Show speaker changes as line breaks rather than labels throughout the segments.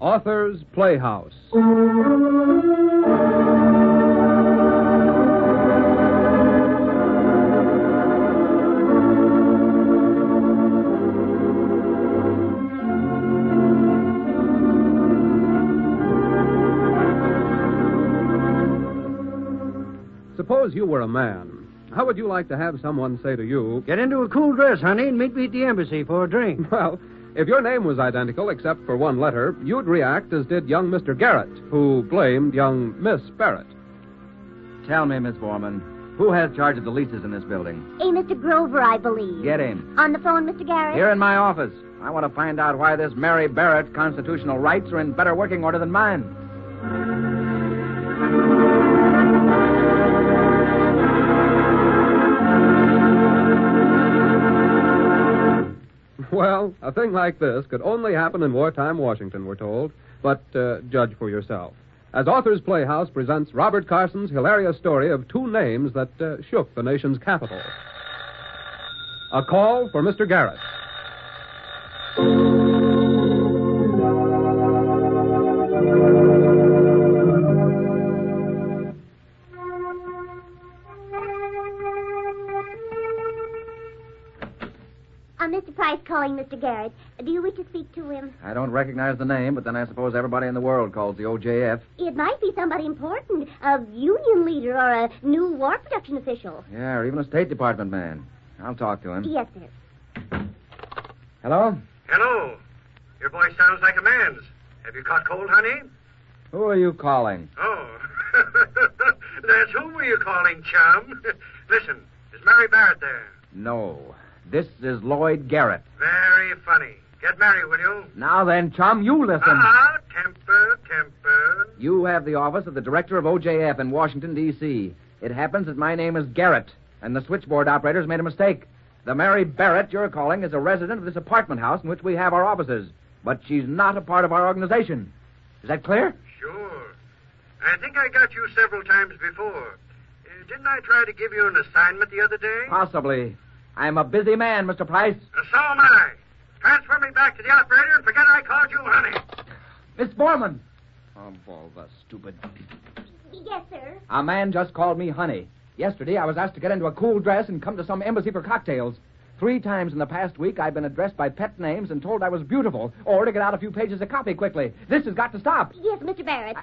Miller's Playhouse. Suppose you were a man. How would you like to have someone say to you,
Get into a cool dress, honey, and meet me at the embassy for a drink.
Well, if your name was identical except for one letter, you'd react as did young Mr. Garrett, who blamed young Miss Barrett.
Tell me, Miss Foreman, who has charge of the leases in this building?
A Mr. Grover, I believe.
Get him.
On the phone, Mr. Garrett?
Here in my office. I want to find out why this Mary Barrett's constitutional rights are in better working order than mine.
Well, a thing like this could only happen in wartime Washington, we're told. But uh, judge for yourself. As Authors Playhouse presents Robert Carson's hilarious story of two names that uh, shook the nation's capital A Call for Mr. Garrett.
Uh, Mr. Price calling Mr. Garrett. Do you wish to speak to him?
I don't recognize the name, but then I suppose everybody in the world calls the OJF.
It might be somebody important, a union leader or a new war production official.
Yeah, or even a State Department man. I'll talk to him.
Yes, sir.
Hello?
Hello. Your voice sounds like a man's. Have you caught cold, honey?
Who are you calling?
Oh. That's whom were you calling, chum? Listen, is Mary Barrett there?
No. This is Lloyd Garrett.
Very funny. Get Mary, will you?
Now then, chum, you listen.
Ah, temper, temper.
You have the office of the director of OJF in Washington, D.C. It happens that my name is Garrett, and the switchboard operator's made a mistake. The Mary Barrett you're calling is a resident of this apartment house in which we have our offices, but she's not a part of our organization. Is that clear?
Sure. I think I got you several times before. Uh, didn't I try to give you an assignment the other day?
Possibly. I'm a busy man, Mr. Price.
Uh, so am I. Transfer me back to the operator and forget I called you, honey.
Miss Borman. Of all the stupid.
Yes, sir.
A man just called me honey. Yesterday, I was asked to get into a cool dress and come to some embassy for cocktails. Three times in the past week, I've been addressed by pet names and told I was beautiful, or to get out a few pages of copy quickly. This has got to stop.
Yes, Mr. Barrett.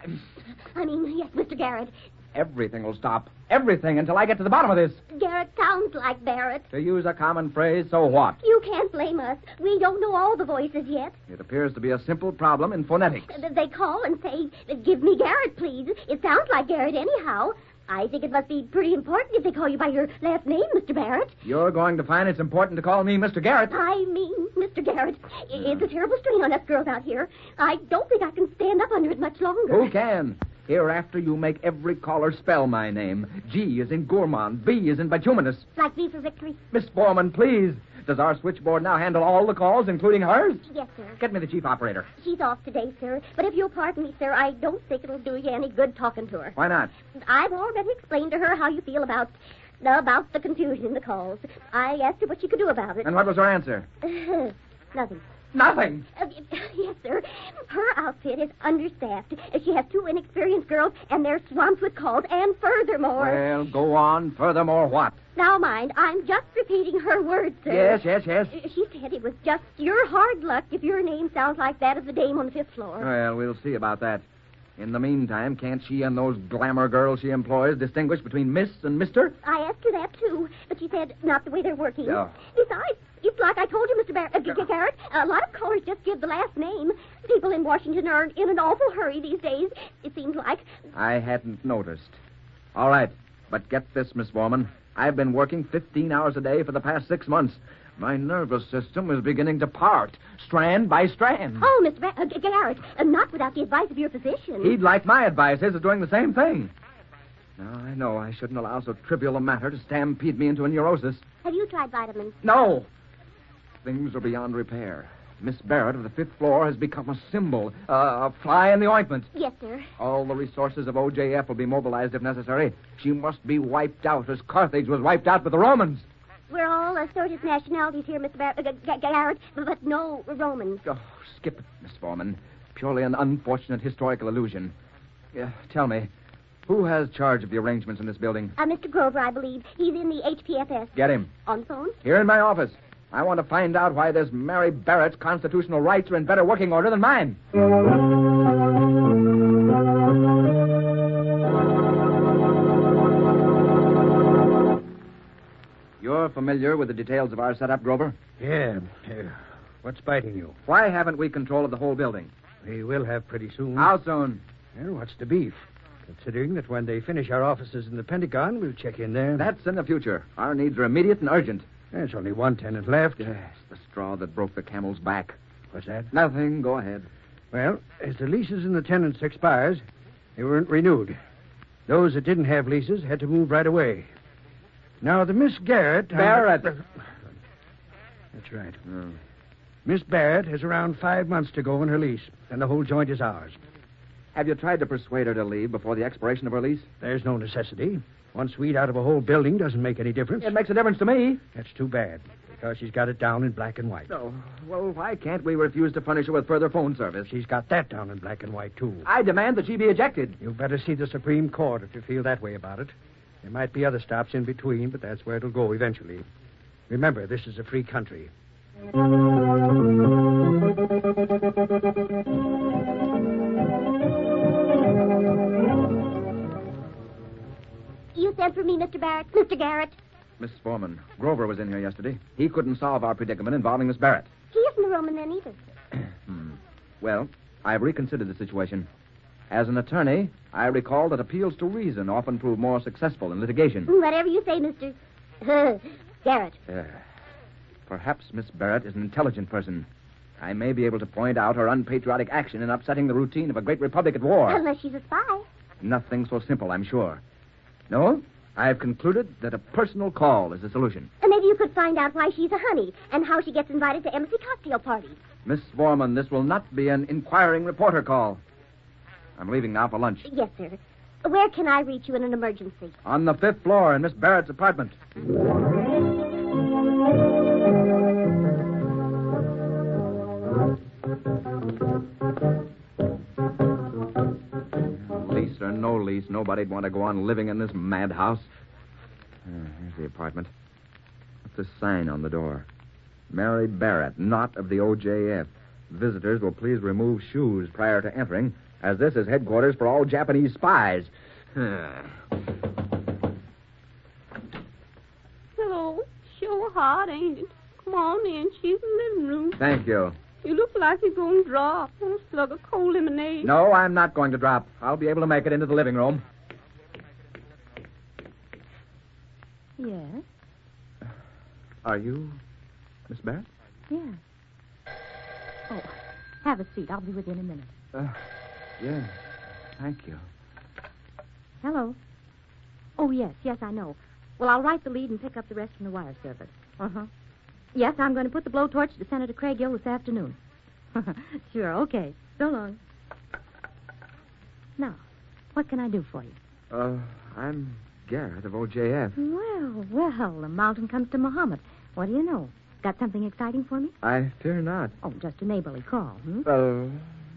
I mean, yes, Mr. Garrett.
Everything will stop. Everything until I get to the bottom of this.
Garrett sounds like Barrett.
To use a common phrase, so what?
You can't blame us. We don't know all the voices yet.
It appears to be a simple problem in phonetics.
Th- They call and say, Give me Garrett, please. It sounds like Garrett, anyhow. I think it must be pretty important if they call you by your last name, Mr. Barrett.
You're going to find it's important to call me Mr. Garrett.
I mean, Mr. Garrett, i- it's a terrible strain on us girls out here. I don't think I can stand up under it much longer.
Who can? Hereafter, you make every caller spell my name. G is in gourmand, B is in bituminous.
Like me for victory.
Miss Borman, please. Does our switchboard now handle all the calls, including hers?
Yes, sir.
Get me the chief operator.
She's off today, sir. But if you'll pardon me, sir, I don't think it'll do you any good talking to her.
Why not?
I've already explained to her how you feel about about the confusion in the calls. I asked her what she could do about it.
And what was her answer?
Nothing.
Nothing.
Uh, yes, sir. Her outfit is understaffed. She has two inexperienced girls, and they're swamped with calls. And furthermore,
Well, go on. Furthermore, what?
now mind, I'm just repeating her words, sir. Uh,
Yes, yes, yes.
She said it was just your hard luck if your name sounds like that of the dame on the fifth floor.
Well, we'll see about that. In the meantime, can't she and those glamour girls she employs distinguish between Miss and Mister?
I asked her that too, but she said not the way they're working.
Yeah.
Besides, it's like I told you, Mr. Bar- uh, G- Garrett. A lot of callers just give the last name. People in Washington are in an awful hurry these days. It seems like
I hadn't noticed. All right, but get this, Miss Borman. I've been working 15 hours a day for the past six months. My nervous system is beginning to part, strand by strand.
oh, Mr. Bar- uh, G- Garrett, uh, not without the advice of your physician.
He'd like my advice. His is doing the same thing. Now, I know I shouldn't allow so trivial a matter to stampede me into a neurosis.
Have you tried vitamins?
No! Things are beyond repair. Miss Barrett of the fifth floor has become a symbol, uh, a fly in the ointment.
Yes, sir.
All the resources of OJF will be mobilized if necessary. She must be wiped out as Carthage was wiped out by the Romans.
We're all assorted nationalities here, Mr. Bar- uh, G- G- Garrett, but no Romans.
Oh, skip it, Miss Foreman. Purely an unfortunate historical illusion. Yeah, tell me, who has charge of the arrangements in this building?
Uh, Mr. Grover, I believe. He's in the HPFS.
Get him.
On the phone?
Here in my office. I want to find out why this Mary Barrett's constitutional rights are in better working order than mine. You're familiar with the details of our setup, Grover?
Yeah. yeah. What's biting you?
Why haven't we control of the whole building?
We will have pretty soon.
How soon?
Well, what's the beef? Considering that when they finish our offices in the Pentagon, we'll check in there.
That's in the future. Our needs are immediate and urgent.
There's only one tenant left.
the straw that broke the camel's back.
What's that?
Nothing. Go ahead.
Well, as the leases and the tenants expires, they weren't renewed. Those that didn't have leases had to move right away. Now, the Miss Garrett... uh,
Barrett.
That's right.
Hmm.
Miss Barrett has around five months to go on her lease, and the whole joint is ours.
Have you tried to persuade her to leave before the expiration of her lease?
There's no necessity. One suite out of a whole building doesn't make any difference.
It makes a difference to me.
That's too bad, because she's got it down in black and white.
No. Well, why can't we refuse to furnish her with further phone service?
She's got that down in black and white, too.
I demand that she be ejected.
You better see the Supreme Court if you feel that way about it. There might be other stops in between, but that's where it'll go eventually. Remember, this is a free country.
You sent for me, Mr. Barrett? Mr. Garrett?
Miss Foreman, Grover was in here yesterday. He couldn't solve our predicament involving Miss Barrett.
He
Hmm.
isn't a Roman then either.
Well, I've reconsidered the situation. As an attorney, I recall that appeals to reason often prove more successful in litigation.
Mm, Whatever you say, Mr. Garrett.
Uh, perhaps Miss Barrett is an intelligent person. I may be able to point out her unpatriotic action in upsetting the routine of a great republic at war.
Unless she's a spy. Uh,
Nothing so simple, I'm sure. No, I have concluded that a personal call is the solution.
And maybe you could find out why she's a honey and how she gets invited to embassy cocktail parties.
Miss Foreman, this will not be an inquiring reporter call. I'm leaving now for lunch.
Yes, sir. Where can I reach you in an emergency?
On the fifth floor in Miss Barrett's apartment. Lease or no lease, nobody'd want to go on living in this madhouse. Uh, here's the apartment. What's the sign on the door? Mary Barrett, not of the OJF. Visitors will please remove shoes prior to entering, as this is headquarters for all Japanese spies. Uh, Huh.
Hello. Sure hot, ain't it? Come on in. She's in the living room.
Thank you.
You look like you're going to drop on a slug of cold lemonade.
No, I'm not going to drop. I'll be able to make it into the living room.
Yes,
Are you Miss Barrett?
yes. Oh, have a seat. I'll be with you in a minute.
Uh, yes. Thank you.
Hello. Oh, yes, yes, I know. Well, I'll write the lead and pick up the rest from the wire service. Uh huh. Yes, I'm going to put the blowtorch to Senator Craigill this afternoon. sure, okay. So long. Now, what can I do for you?
Uh, I'm Garrett of OJF.
Well, well, the mountain comes to Muhammad. What do you know? Got something exciting for me?
I fear not.
Oh, just a neighborly call, hmm?
Uh,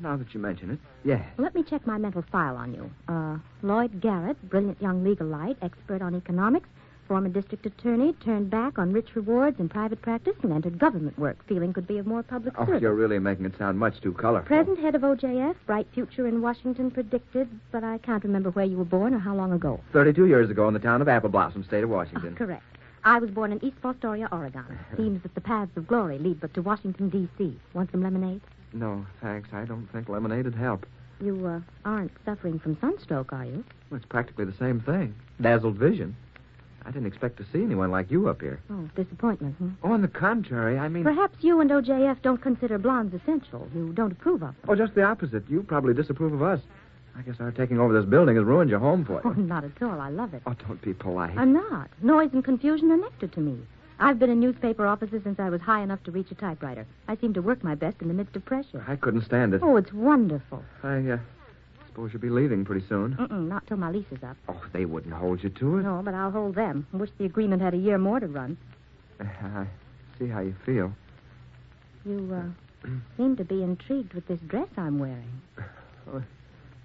now that you mention it, yes.
Let me check my mental file on you. Uh, Lloyd Garrett, brilliant young legalite, expert on economics, former district attorney, turned back on rich rewards in private practice and entered government work, feeling could be of more public
Oh,
service.
you're really making it sound much too colorful.
Present head of OJF, bright future in Washington predicted, but I can't remember where you were born or how long ago.
32 years ago in the town of Apple Blossom, state of
Ah,
Washington.
correct. I was born in East Fostoria, Oregon.
Uh-huh.
Seems that the paths of glory lead but to Washington, D.C. Want some lemonade?
no, thanks. I don't think lemonade'd help.
You uh, aren't suffering from sunstroke, are you?
Well, it's practically the same thing. Dazzled vision. I didn't expect to see anyone like you up here.
Oh, disappointment, hmm?
On the contrary, I mean.
Perhaps you and OJF don't consider blondes essential. You don't approve of them.
Oh, just the opposite. You probably disapprove of us. I guess our taking over this building has ruined your home for
Oh,
you.
not at all. I love it.
Oh, don't be polite.
I'm not. Noise and confusion are nectar to me. I've been in newspaper offices since I was high enough to reach a typewriter. I seem to work my best in the midst of pressure.
I couldn't stand it.
Oh, it's wonderful.
I uh, suppose you'll be leaving pretty soon.
Mm-mm, not till my lease is up.
Oh, they wouldn't hold you to it.
No, but I'll hold them. Wish the agreement had a year more to run.
I see how you feel.
You uh,
seem to be intrigued with this dress I'm wearing.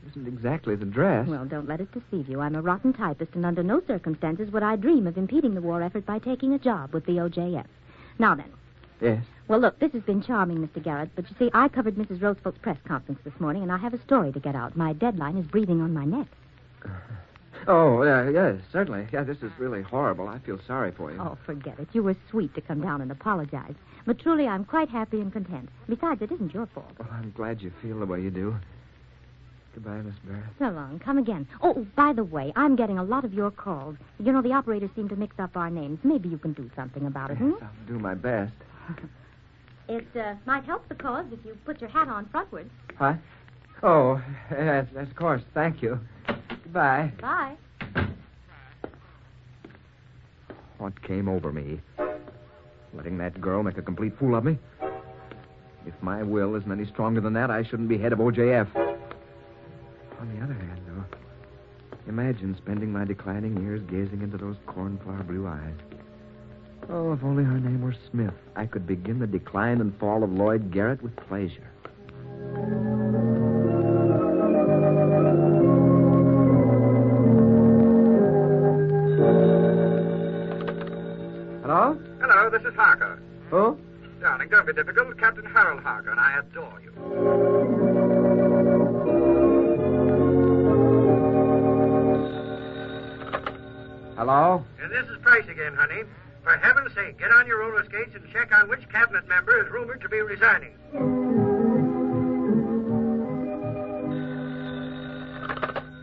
Isn't exactly the dress.
Well, don't let it deceive you. I'm a rotten typist, and under no circumstances would I dream of impeding the war effort by taking a job with the OJF. Now then,
yes.
well, look, this has been charming, Mr. Garrett, but you see, I covered Mrs. Roosevelt's press conference this morning, and I have a story to get out. My deadline is breathing on my neck.
Oh, yeah, yes, certainly. Yeah, this is really horrible. I feel sorry for you.
Oh, forget it. You were sweet to come down and apologize. But truly, I'm quite happy and content. Besides, it isn't your fault.
Well, I'm glad you feel the way you do. Goodbye, Miss Barrett.
So long. Come again. Oh, by the way, I'm getting a lot of your calls. You know, the operators seem to mix up our names. Maybe you can do something about it, hmm?
Yes, I'll do my best.
It uh, might help the cause if you put your hat on frontwards.
Huh? Oh, yes, yes, of course. Thank you. Goodbye.
Bye.
What came over me? Letting that girl make a complete fool of me? If my will isn't any stronger than that, I shouldn't be head of OJF. On the other hand, though, imagine spending my declining years gazing into those cornflower blue eyes. Oh, if only her name were Smith, I could begin the decline and fall of Lloyd Garrett with pleasure. Hello?
Hello, this is Harker.
Who?
Darling, don't be difficult. Captain Harold Harker, and I adore you.
Hello?
And this is Price again, honey. For heaven's sake, get on your roller skates and check on which cabinet member is rumored to be resigning.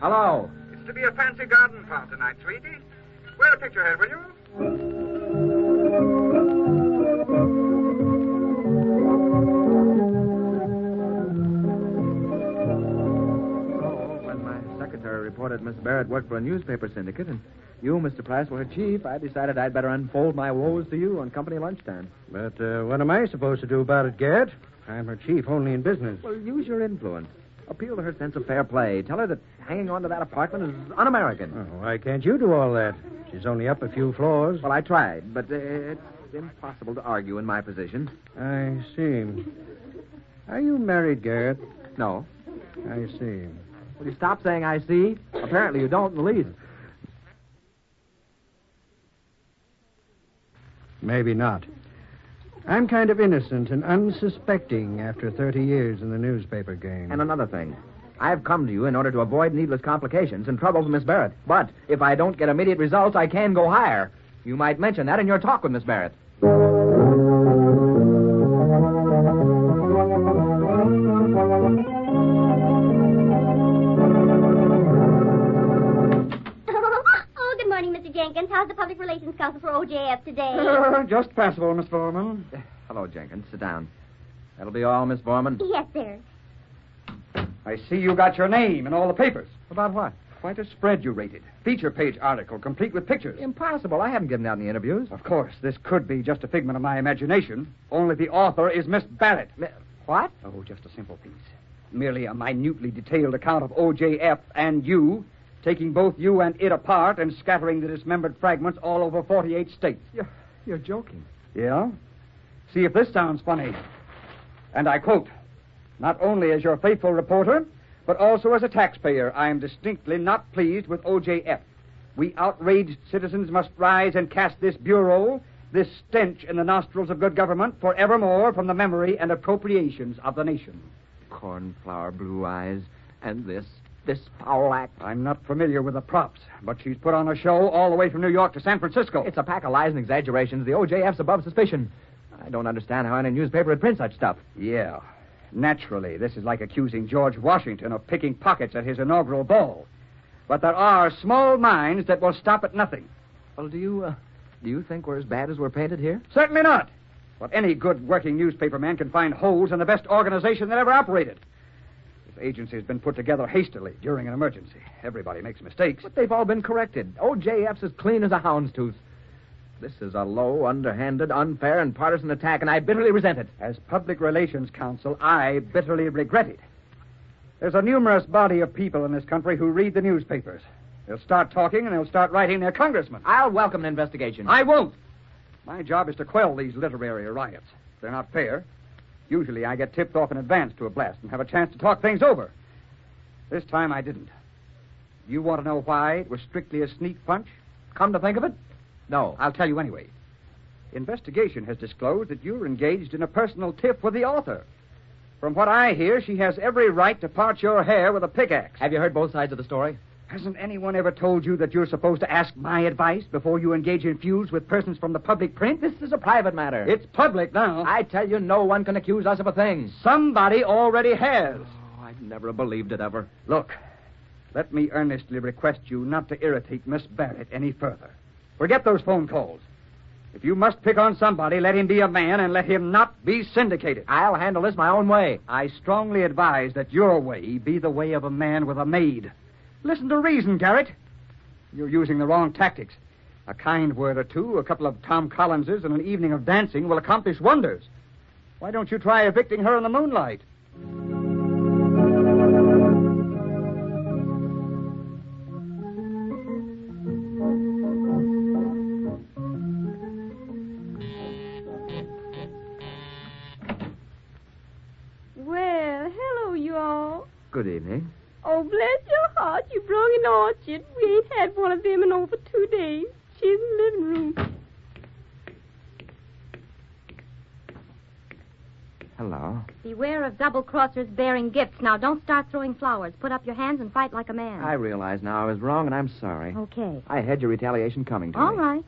Hello?
It's to be a fancy garden party tonight, sweetie. Wear a picture head, will you?
Oh, when my secretary reported Miss Barrett worked for a newspaper syndicate and you, Mr. Price, were her chief, I decided I'd better unfold my woes to you on company lunchtime.
But uh, what am I supposed to do about it, Garrett? I'm her chief only in business.
Well, use your influence. Appeal to her sense of fair play. Tell her that hanging on to that apartment is un American.
Oh, why can't you do all that? She's only up a few floors.
Well, I tried, but uh, it's impossible to argue in my position.
I see. Are you married, Garrett?
No.
I see.
Will you stop saying I see? Apparently you don't in the least.
Maybe not. I'm kind of innocent and unsuspecting after 30 years in the newspaper game.
And another thing. I've come to you in order to avoid needless complications and trouble with Miss Barrett. But if I don't get immediate results, I can go higher. You might mention that in your talk with Miss Barrett.
oh, good morning, Mr. Jenkins. How's the public relations council for OJF today?
just passable, Miss Foreman.
Hello, Jenkins. Sit down. That'll be all, Miss Borman.
yes, sir.
I see you got your name in all the papers.
About what?
Quite a spread you rated. Feature page article, complete with pictures.
Impossible. I haven't given out any interviews.
Of course, this could be just a figment of my imagination. Only the author is Miss Barrett.
What?
Oh, just a simple piece. Merely a minutely detailed account of OJF and you, taking both you and it apart and scattering the dismembered fragments all over 48 states.
You're, you're joking.
Yeah? See if this sounds funny. And I quote Not only as your faithful reporter, but also as a taxpayer, I am distinctly not pleased with OJF. We outraged citizens must rise and cast this bureau, this stench in the nostrils of good government, forevermore from the memory and appropriations of the nation.
Cornflower blue eyes and this, this foul act.
I'm not familiar with the props, but she's put on a show all the way from New York to San Francisco.
It's a pack of lies and exaggerations. The OJF's above suspicion. I don't understand how any newspaper would print such stuff.
Yeah. Naturally, this is like accusing George Washington of picking pockets at his inaugural ball. But there are small minds that will stop at nothing.
Well, do you, uh, do you think we're as bad as we're painted here?
Certainly not. But any good working newspaper man can find holes in the best organization that ever operated. This agency has been put together hastily during an emergency. Everybody makes mistakes.
But they've all been corrected. OJF's as clean as a hound's tooth. This is a low, underhanded, unfair, and partisan attack, and I bitterly resent it.
As public relations counsel, I bitterly regret it. There's a numerous body of people in this country who read the newspapers. They'll start talking and they'll start writing their congressmen.
I'll welcome an investigation.
I won't. My job is to quell these literary riots. They're not fair. Usually I get tipped off in advance to a blast and have a chance to talk things over. This time I didn't. You want to know why it was strictly a sneak punch?
Come to think of it, no.
I'll tell you anyway. Investigation has disclosed that you're engaged in a personal tiff with the author. From what I hear, she has every right to part your hair with a pickaxe.
Have you heard both sides of the story?
Hasn't anyone ever told you that you're supposed to ask my advice before you engage in feuds with persons from the public print?
This is a private matter.
It's public now.
I tell you, no one can accuse us of a thing.
Somebody already has.
Oh, I've never believed it ever.
Look, let me earnestly request you not to irritate Miss Barrett any further. Forget those phone calls. If you must pick on somebody, let him be a man and let him not be syndicated.
I'll handle this my own way.
I strongly advise that your way be the way of a man with a maid. Listen to reason, Garrett. You're using the wrong tactics. A kind word or two, a couple of Tom Collinses, and an evening of dancing will accomplish wonders. Why don't you try evicting her in the moonlight?
Well, hello, you all.
Good evening.
Oh, bless your heart, you brung an orchid. We ain't had one of them in over two days. She's in the living room.
Hello.
Beware of double crossers bearing gifts. Now, don't start throwing flowers. Put up your hands and fight like a
Oh.
man.
I realize now I was wrong, and I'm sorry.
Okay.
I had your retaliation coming to
All
me.
right.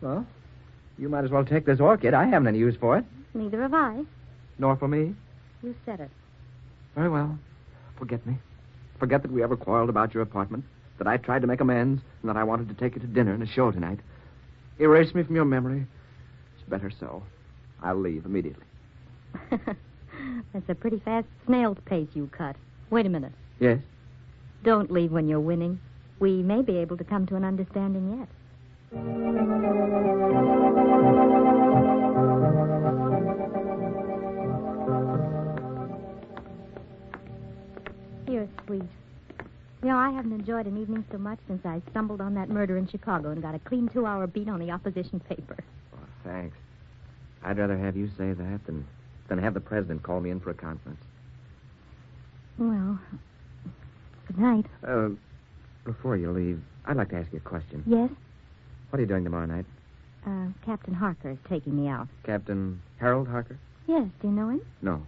Well, you might as well take this orchid. I haven't any use for it.
Neither have I.
Nor for me.
You said it.
Very well. Forget me. Forget that we ever quarreled about your apartment, that I tried to make amends, and that I wanted to take you to dinner and a show tonight. Erase me from your memory. It's better so. I'll leave immediately.
That's a pretty fast snail's pace you cut. Wait a minute.
Yes?
Don't leave when you're winning. We may be able to come to an understanding yet. You're sweet. You know, I haven't enjoyed an evening so much since I stumbled on that murder in Chicago and got a clean two hour beat on the opposition paper.
Oh, thanks. I'd rather have you say that than, than have the president call me in for a conference.
Well, good night.
Uh, before you leave, I'd like to ask you a question.
Yes,
What are you doing tomorrow night?
uh, Captain Harker is taking me out.
Captain Harold Harker?
Yes, do you know him?
No.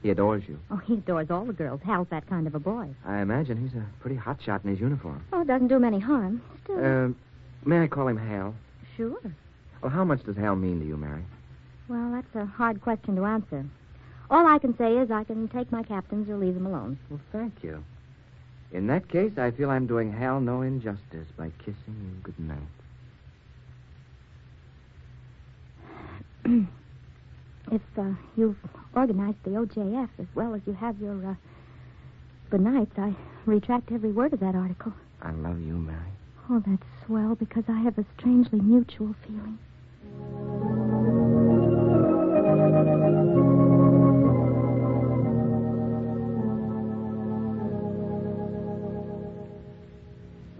He adores you.
Oh, he adores all the girls. Hal's that kind of a boy.
I imagine he's a pretty hot shot in his uniform.
Oh, it doesn't do him any harm. Still.
Uh, may I call him Hal?
sure.
Well, how much does Hal mean to you, Mary?
Well, that's a hard question to answer. All I can say is I can take my captains or leave them alone.
Well, thank you. In that case, I feel I'm doing Hal no injustice by kissing you good night.
If uh, you've organized the OJF as well as you have your uh, good nights, I retract every word of that article.
I love you, Mary.
Oh, that's swell because I have a strangely mutual feeling.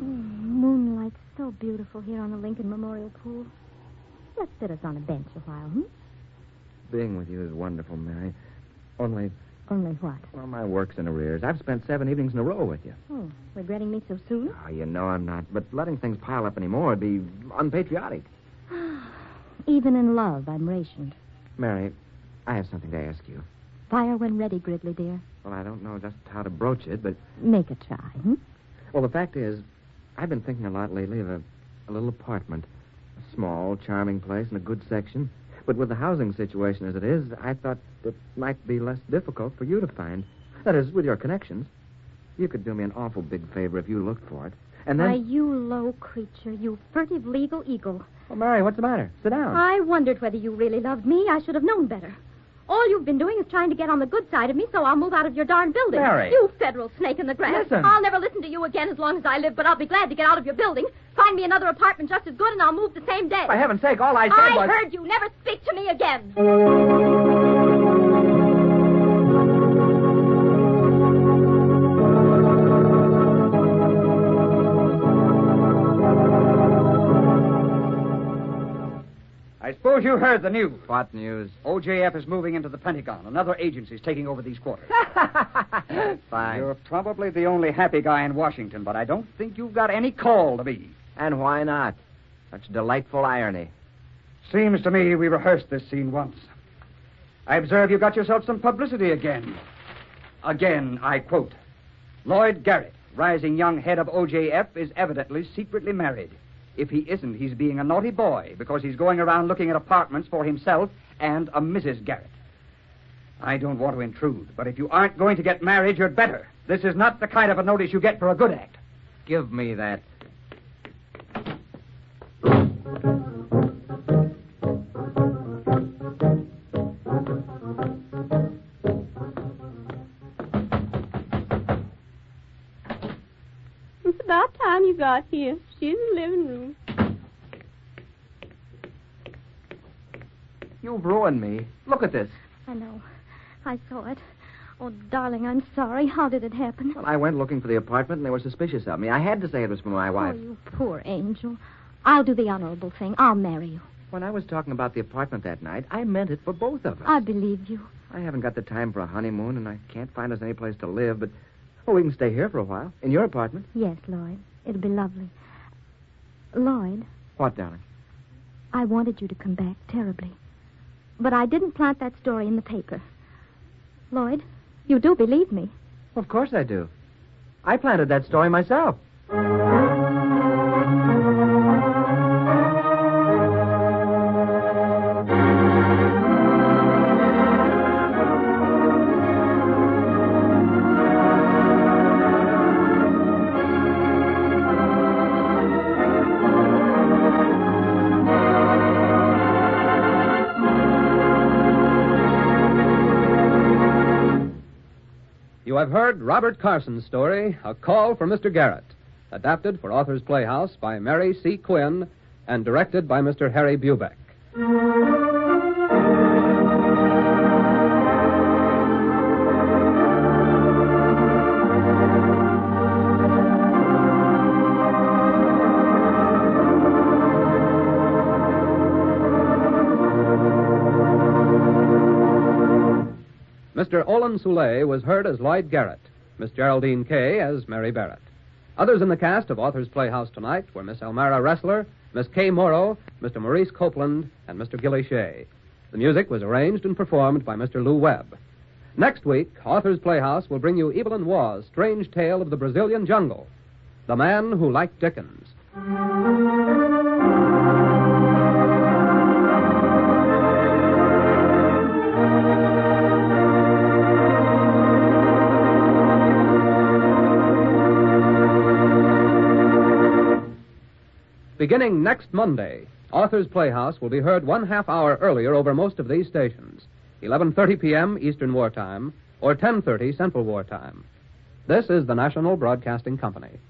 Mm, Moonlight's so beautiful here on the Lincoln Memorial Pool. Let's sit us on a bench a while, hmm?
Being with you is wonderful, Mary. Only,
Only what?
well, my work's in arrears. I've spent seven evenings in a row with you.
Oh, regretting me so soon?
Oh, you know I'm not, but letting things pile up anymore would be unpatriotic.
Even in love, I'm rationed.
Mary, I have something to ask you.
Fire when ready, Gridley, dear.
Well, I don't know just how to broach it, but
Make a try, hmm?
Well, the fact is, I've been thinking a lot lately of a, a little apartment. A small, charming place in a good section. But with the housing situation as it is, I thought it might be less difficult for you to find. That is, with your connections. You could do me an awful big favor if you looked for it. And
Why,
then.
you low creature, you furtive legal eagle.
Oh, Mary, what's the matter? Sit down.
I wondered whether you really loved me. I should have known better. All you've been doing is trying to get on the good side of me, so I'll move out of your darn building.
Mary.
You federal snake in the grass.
Listen.
I'll never listen to you again as long as I live, but I'll be glad to get out of your building. Find me another apartment just as good, and I'll move the same day.
For heaven's sake, all I said
I
was.
heard you. Never speak to me again.
I suppose
suppose you heard the news.
What news?
OJF is moving into the Pentagon. Another agency's taking over these quarters.
Fine.
You're probably the only happy guy in Washington, but I don't think you've got any call to be.
And why not? Such delightful irony.
Seems to me we rehearsed this scene once. I observe you got yourself some publicity again. Again, I quote Lloyd Garrett, rising young head of OJF, is evidently secretly married. If he isn't, he's being a naughty boy because he's going around looking at apartments for himself and a Mrs. Garrett. I don't want to intrude, but if you aren't going to get married, you'd better. This is not the kind of a notice you get for a good act.
Give me that.
It's about time you got here. She's in the living room.
You've ruined me. Look at this.
I know. I saw it. Oh, darling, I'm sorry. How did it happen?
Well, I went looking for the apartment, and they were suspicious of me. I had to say it was for my
Oh,
wife.
you poor angel. I'll do the honorable thing. I'll marry you.
When I was talking about the apartment that night, I meant it for both of us.
I believe you.
I haven't got the time for a honeymoon, and I can't find us any place to live, but. Oh, we can stay here for a while. In your apartment.
Yes, Lloyd. It'll be lovely. Lloyd,
What, darling?
I wanted you to come back terribly. But I didn't plant that story in the paper. Lloyd, you do believe me.
Of course I do. I planted that story myself.
You have heard Robert Carson's story, A Call for Mr. Garrett, adapted for Author's Playhouse by Mary C. Quinn and directed by Mr. Harry Bubeck. Mr. Olin Soule was heard as Lloyd Garrett, Miss Geraldine Kay as Mary Barrett. Others in the cast of Author's Playhouse tonight were Miss Elmira Wrestler, Miss Kay Morrow, Mr. Maurice Copeland, and Mr. Gilly Shea. The music was arranged and performed by Mr. Lou Webb. Next week, Author's Playhouse will bring you Evelyn Waugh's strange tale of the Brazilian jungle, The Man Who Liked Dickens. Beginning next Monday, Author's Playhouse will be heard one half hour earlier over most of these stations, 11:30 p.m. Eastern Wartime or 10:30 Central Wartime. This is the National Broadcasting Company.